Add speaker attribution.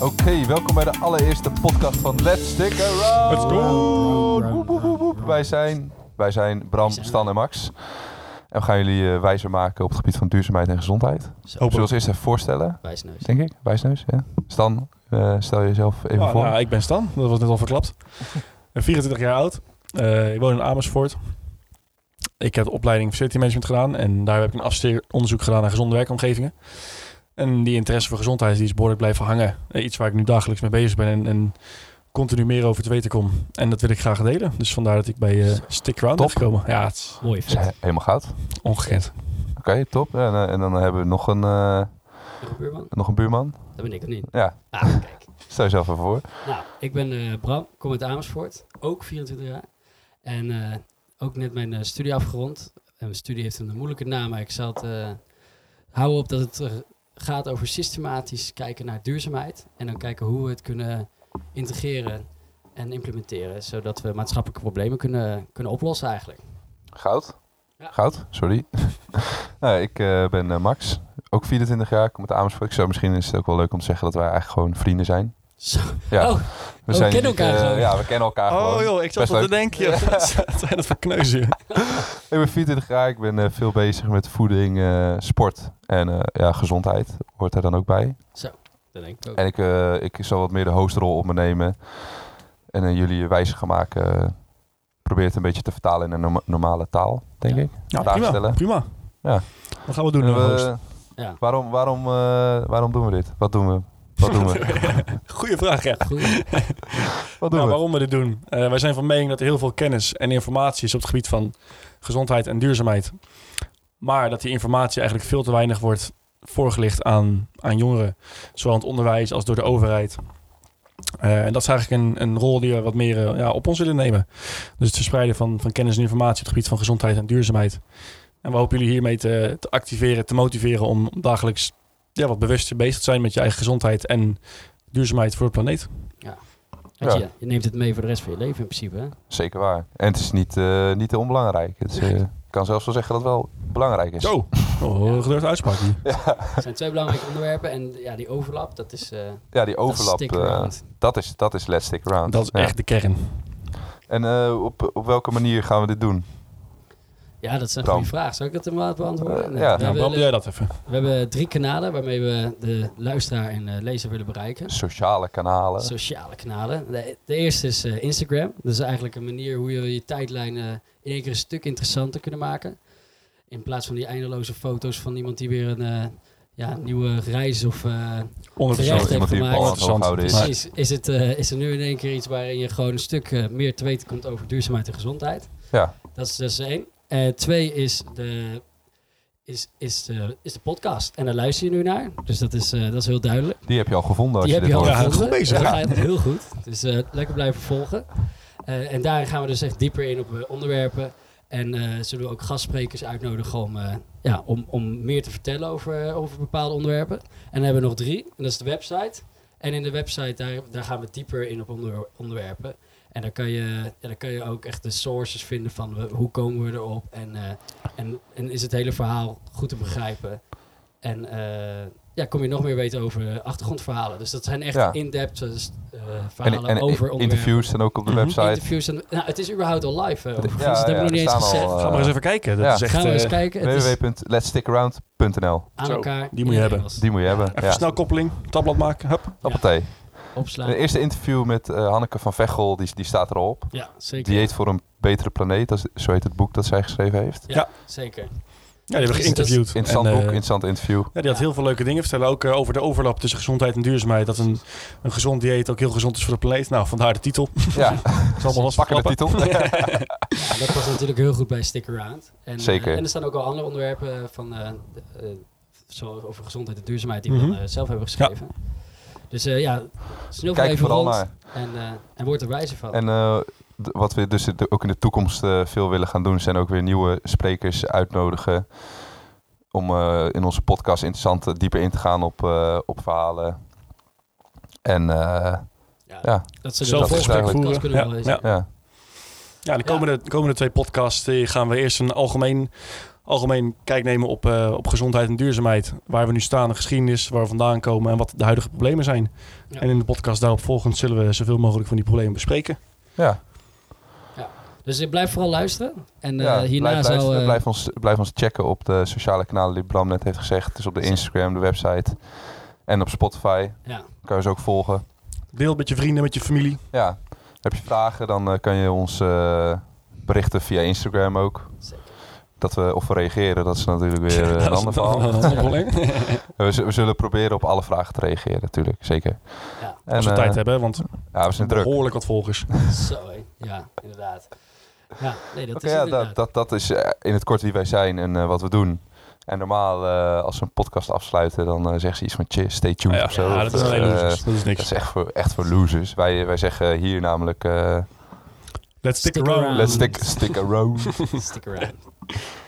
Speaker 1: Oké, welkom bij de allereerste podcast van Let's Stick Around.
Speaker 2: Let's go.
Speaker 1: Woep, woep, woep, woep. Wij zijn, wij zijn Bram, Stan en Max. En we gaan jullie eh, wijzer maken op het gebied van duurzaamheid en gezondheid. Zullen
Speaker 2: Hopelijk.
Speaker 1: we ons eerst even voorstellen,
Speaker 3: Wijsneus.
Speaker 1: denk ik? Wijsneus, ja. Stan, eh, stel jezelf even
Speaker 2: Ah,
Speaker 1: voor.
Speaker 2: nou, ik ben Stan, dat was net al verklapt. Ik ben 24 jaar oud. Eh, ik woon in Amersfoort. Ik heb de opleiding Facility Management gedaan en daar heb ik een afstudeeronderzoek gedaan naar gezonde werkomgevingen. En die interesse voor gezondheid die is behoorlijk blijven hangen. Eh, iets waar ik nu dagelijks mee bezig ben en, en continu meer over te weten kom. En dat wil ik graag delen. Dus vandaar dat ik bij eh Stick Around
Speaker 1: Top.
Speaker 2: ben gekomen. Ja, het is
Speaker 3: Mooi
Speaker 1: Is
Speaker 3: vent.
Speaker 1: Helemaal goud. Oké,
Speaker 2: ongekend.
Speaker 1: top. En, eh, en dan hebben we nog een, eh,
Speaker 3: Nog een buurman?
Speaker 1: nog een buurman.
Speaker 3: Dat ben ik of niet?
Speaker 1: Ja,
Speaker 3: Ah, kijk.
Speaker 1: stel jezelf even voor.
Speaker 3: Nou, ik ben eh, Bram, kom uit Amersfoort, ook 24 jaar. En eh, ook net mijn eh, studie afgerond. En mijn studie heeft een moeilijke naam, maar ik zal het eh, houden op dat het eh, gaat over systematisch kijken naar duurzaamheid. En dan kijken hoe we het kunnen integreren en implementeren, zodat we maatschappelijke problemen kunnen, kunnen oplossen eigenlijk.
Speaker 1: Goud.
Speaker 3: Ja.
Speaker 1: Goud, sorry. nou, ik eh, ben eh, Max, ook 24 jaar, kom uit Amersfoort. Ik zou misschien is het ook wel leuk om te zeggen dat wij eigenlijk gewoon vrienden zijn.
Speaker 3: Zo,
Speaker 1: Ja.
Speaker 3: Oh,
Speaker 1: we
Speaker 3: kennen
Speaker 1: niet,
Speaker 3: elkaar
Speaker 1: eh,
Speaker 3: gewoon. Oh,
Speaker 1: Ja, we kennen elkaar gewoon.
Speaker 2: ik
Speaker 1: Oh, zat Best al te leuk.
Speaker 2: denken. Wat zijn dat voor kneuzen?
Speaker 1: Ik ben 24 jaar, ik ben eh, veel bezig met voeding, eh, sport en eh, ja, gezondheid hoort daar dan ook bij.
Speaker 3: dat denk ik ook.
Speaker 1: En ik, eh, ik zal wat meer de hostrol op me nemen en eh, jullie wijzer gaan maken. eh, probeer het een beetje te vertalen in een norma- normale taal, denk
Speaker 3: Ja.
Speaker 1: ik.
Speaker 2: Ja,
Speaker 1: Vragen
Speaker 2: prima.
Speaker 1: stellen.
Speaker 2: prima.
Speaker 1: Ja.
Speaker 2: Wat gaan we doen?
Speaker 1: En we-
Speaker 2: eh, host?
Speaker 3: Ja,
Speaker 1: waarom, waarom, eh, waarom doen we dit? Wat doen we? Wat doen we?
Speaker 2: Goeie vraag, ja.
Speaker 3: goed.
Speaker 1: Wat doen
Speaker 2: Nou,
Speaker 1: we?
Speaker 2: waarom we dit doen? Eh, wij zijn van mening dat er heel veel kennis en informatie is op het gebied van gezondheid en duurzaamheid. Maar dat die informatie eigenlijk veel te weinig wordt voorgelicht aan, aan jongeren. Zowel in het onderwijs als door de overheid. Eh, en dat is eigenlijk een, een rol die we wat meer eh, ja, op ons willen nemen. Dus het verspreiden van, van kennis en informatie op het gebied van gezondheid en duurzaamheid. En we hopen jullie hiermee te, te activeren, te motiveren om dagelijks ja, wat bewuster bezig te zijn met je eigen gezondheid en duurzaamheid voor de planeet.
Speaker 3: Want
Speaker 1: Ja.
Speaker 3: je, je neemt het mee voor de rest van je leven in principe, hè?
Speaker 1: Zeker waar. En het is niet, eh, niet heel onbelangrijk. Het is, eh, ik kan zelfs wel zeggen dat het wel belangrijk is.
Speaker 2: Zo, oh, gebeurt uitspraak hier.
Speaker 3: Het zijn twee belangrijke onderwerpen en ja, die overlap, dat is... eh,
Speaker 1: Ja, die
Speaker 3: dat is
Speaker 1: overlap,
Speaker 3: stick
Speaker 1: eh,
Speaker 3: around.
Speaker 1: dat, is, dat is Let's Stick Around.
Speaker 2: Nou, Dat is
Speaker 1: Ja.
Speaker 2: echt de kern.
Speaker 1: En eh, op, op welke manier gaan we dit doen?
Speaker 3: Ja, dat is een
Speaker 1: Bram.
Speaker 3: goede vraag. Zou ik het hem maar beantwoorden?
Speaker 1: Eh,
Speaker 3: Nee.
Speaker 1: ja.
Speaker 2: Nou,
Speaker 3: we, hebben,
Speaker 2: Bram, doe jij dat even.
Speaker 3: we hebben drie kanalen waarmee we de luisteraar en eh, lezer willen bereiken.
Speaker 1: Sociale kanalen.
Speaker 3: Sociale kanalen. De, de eerste is eh, Instagram. Dat is eigenlijk een manier hoe je je tijdlijn eh, in één keer een stuk interessanter kunnen maken. In plaats van die eindeloze foto's van iemand die weer een eh, ja, nieuwe reis of... eh,
Speaker 2: Onderverzorgd.
Speaker 3: Terecht,
Speaker 1: iemand die een
Speaker 3: gemaakt.
Speaker 1: bal aan het
Speaker 2: Interessant.
Speaker 1: hooghouden is.
Speaker 2: Maar-
Speaker 3: Precies. Is, het, eh, is er nu in één keer iets waarin je gewoon een stuk eh, meer te weten komt over duurzaamheid en gezondheid?
Speaker 1: Ja.
Speaker 3: Dat is, dat is één. Eh, twee is de, is, is, de, is de podcast. En daar luister je nu naar. Dus dat is, eh, dat is heel duidelijk.
Speaker 1: Die heb je al gevonden Oh, als
Speaker 3: Die
Speaker 1: je
Speaker 3: heb
Speaker 1: dit
Speaker 3: je al
Speaker 1: hoort.
Speaker 2: Ja,
Speaker 3: gevonden.
Speaker 2: goed bezig,
Speaker 3: Ja, heel goed. Dus eh, lekker blijven volgen. Eh, en daarin gaan we dus echt dieper in op eh, onderwerpen. En eh, zullen we ook gastsprekers uitnodigen om, eh, ja, om, om meer te vertellen over, eh, over bepaalde onderwerpen. En dan hebben we nog drie. En dat is de website. En in de website, daar, daar gaan we dieper in op onder- onderwerpen. En dan kan, je, ja, dan kan je ook echt de sources vinden van eh, hoe komen we erop. En, eh, en, en is het hele verhaal goed te begrijpen. En eh, ja, kom je nog meer weten over eh, achtergrondverhalen. Dus dat zijn echt
Speaker 1: Ja.
Speaker 3: in-depth eh, st- eh,
Speaker 1: En,
Speaker 3: verhalen
Speaker 1: en
Speaker 3: over onderwerpen.
Speaker 1: interviews staan ook op de
Speaker 2: Mhm.
Speaker 1: website.
Speaker 3: Interviews. En, nou, het is überhaupt al live. eh, overigens.
Speaker 1: ja,
Speaker 3: dat hebben we
Speaker 1: ja,
Speaker 3: nog niet
Speaker 1: er
Speaker 3: eens
Speaker 1: staan
Speaker 3: gezegd.
Speaker 1: al,
Speaker 2: Ga
Speaker 1: eh,
Speaker 2: maar eens even kijken. Dat
Speaker 1: ja.
Speaker 2: is echt...
Speaker 3: Gaan we eens
Speaker 2: eh,
Speaker 3: kijken. Het is
Speaker 1: www.letstickaround.nl
Speaker 3: aan
Speaker 2: Zo,
Speaker 3: elkaar.
Speaker 2: die moet je
Speaker 3: in
Speaker 2: hebben.
Speaker 3: Engels.
Speaker 1: Die moet je hebben.
Speaker 2: Even
Speaker 1: ja.
Speaker 2: snel koppeling, tabblad maken. Hup.
Speaker 1: Appelthee.
Speaker 3: Opslaan.
Speaker 1: Het eerste interview met eh, Hanneke van Vechel, die, die staat erop.
Speaker 3: Ja, zeker.
Speaker 1: Dieet voor een betere planeet, dat is, zo heet het boek dat zij geschreven heeft.
Speaker 3: Ja,
Speaker 2: Ja.
Speaker 3: zeker.
Speaker 2: Ja, die hebben we geïnterviewd.
Speaker 1: Interessant
Speaker 2: En, eh,
Speaker 1: boek, interessant interview.
Speaker 2: ja, die had heel veel leuke dingen vertellen. Ook eh, over de overlap tussen gezondheid en duurzaamheid. Dat een, een gezond dieet ook heel gezond is voor de planeet. Nou, vandaar de titel.
Speaker 1: Ja,
Speaker 2: Dat is allemaal lastig
Speaker 1: pakken de titel.
Speaker 3: Ja, dat past natuurlijk heel goed bij Stick Around. En, eh,
Speaker 1: Zeker.
Speaker 3: en er staan ook al andere onderwerpen van, eh, de- eh, zo over gezondheid en duurzaamheid die we
Speaker 2: Mhm.
Speaker 3: dan eh, zelf hebben geschreven. Dus eh, ja, snel
Speaker 1: Kijk er
Speaker 3: even
Speaker 1: vooral
Speaker 3: rond
Speaker 1: naar.
Speaker 3: en, eh, en word er wijzer van.
Speaker 1: En eh, d- wat we dus de- ook in de toekomst eh, veel willen gaan doen, zijn ook weer nieuwe sprekers uitnodigen. Om eh, in onze podcast interessant eh, dieper in te gaan op, eh, op verhalen. En eh, ja.
Speaker 3: dat ze
Speaker 2: Zelf
Speaker 3: de volgende
Speaker 1: eigenlijk-
Speaker 3: podcast kunnen
Speaker 2: Ja,
Speaker 3: wel eens.
Speaker 2: ja.
Speaker 1: ja,
Speaker 2: Ja, de komende, de komende twee podcasts eh, gaan we eerst een algemeen algemeen kijk nemen op, eh, op gezondheid en duurzaamheid. Waar we nu staan, de geschiedenis, waar we vandaan komen en wat de huidige problemen zijn.
Speaker 3: Ja.
Speaker 2: En in de podcast daarop volgend zullen we zoveel mogelijk van die problemen bespreken.
Speaker 1: Ja,
Speaker 3: Dus eh, blijf vooral luisteren. En eh,
Speaker 1: ja,
Speaker 3: hierna
Speaker 1: blijf,
Speaker 3: zou...
Speaker 1: luisteren,
Speaker 3: eh,
Speaker 1: blijf, ons, blijf ons checken op de sociale kanalen die Bram net heeft gezegd. Dus op de Instagram, de website en op Spotify.
Speaker 3: ja.
Speaker 1: Kan je ze ook volgen.
Speaker 2: Deel het met je vrienden, met je familie.
Speaker 1: Ja, heb je vragen, dan eh, kan je ons eh, berichten via Instagram ook.
Speaker 3: Zeker.
Speaker 1: Dat we, of we reageren, dat is natuurlijk weer eh, een
Speaker 2: Dat is
Speaker 1: ander
Speaker 2: nog
Speaker 1: verhaal.
Speaker 2: een ander probleem.
Speaker 1: We, z- we zullen proberen op alle vragen te reageren, natuurlijk. Zeker.
Speaker 3: Ja.
Speaker 1: En,
Speaker 2: Als we
Speaker 1: eh,
Speaker 2: tijd hebben, hè, want
Speaker 1: Ja, we zijn druk. Oké,
Speaker 2: behoorlijk wat volgers.
Speaker 3: Zo, hè. Ja, inderdaad. Ja, nee, dat is
Speaker 1: ja,
Speaker 3: inderdaad.
Speaker 1: dat, dat, dat is eh, in het kort wie wij zijn en eh, wat we doen. En normaal, eh, als we een podcast afsluiten, dan eh zeggen ze iets van "Tje, stay tuned
Speaker 2: ja,
Speaker 1: of zo.
Speaker 2: ja,
Speaker 1: Of,
Speaker 2: dat is
Speaker 1: eh,
Speaker 2: alleen losers. Dat is
Speaker 1: Dat is
Speaker 2: niks.
Speaker 1: echt voor, echt voor losers. Wij, wij zeggen hier namelijk, eh,
Speaker 2: Let's stick
Speaker 3: Stick
Speaker 2: around.
Speaker 3: around.
Speaker 1: let's stick, stick around.
Speaker 3: Stick around.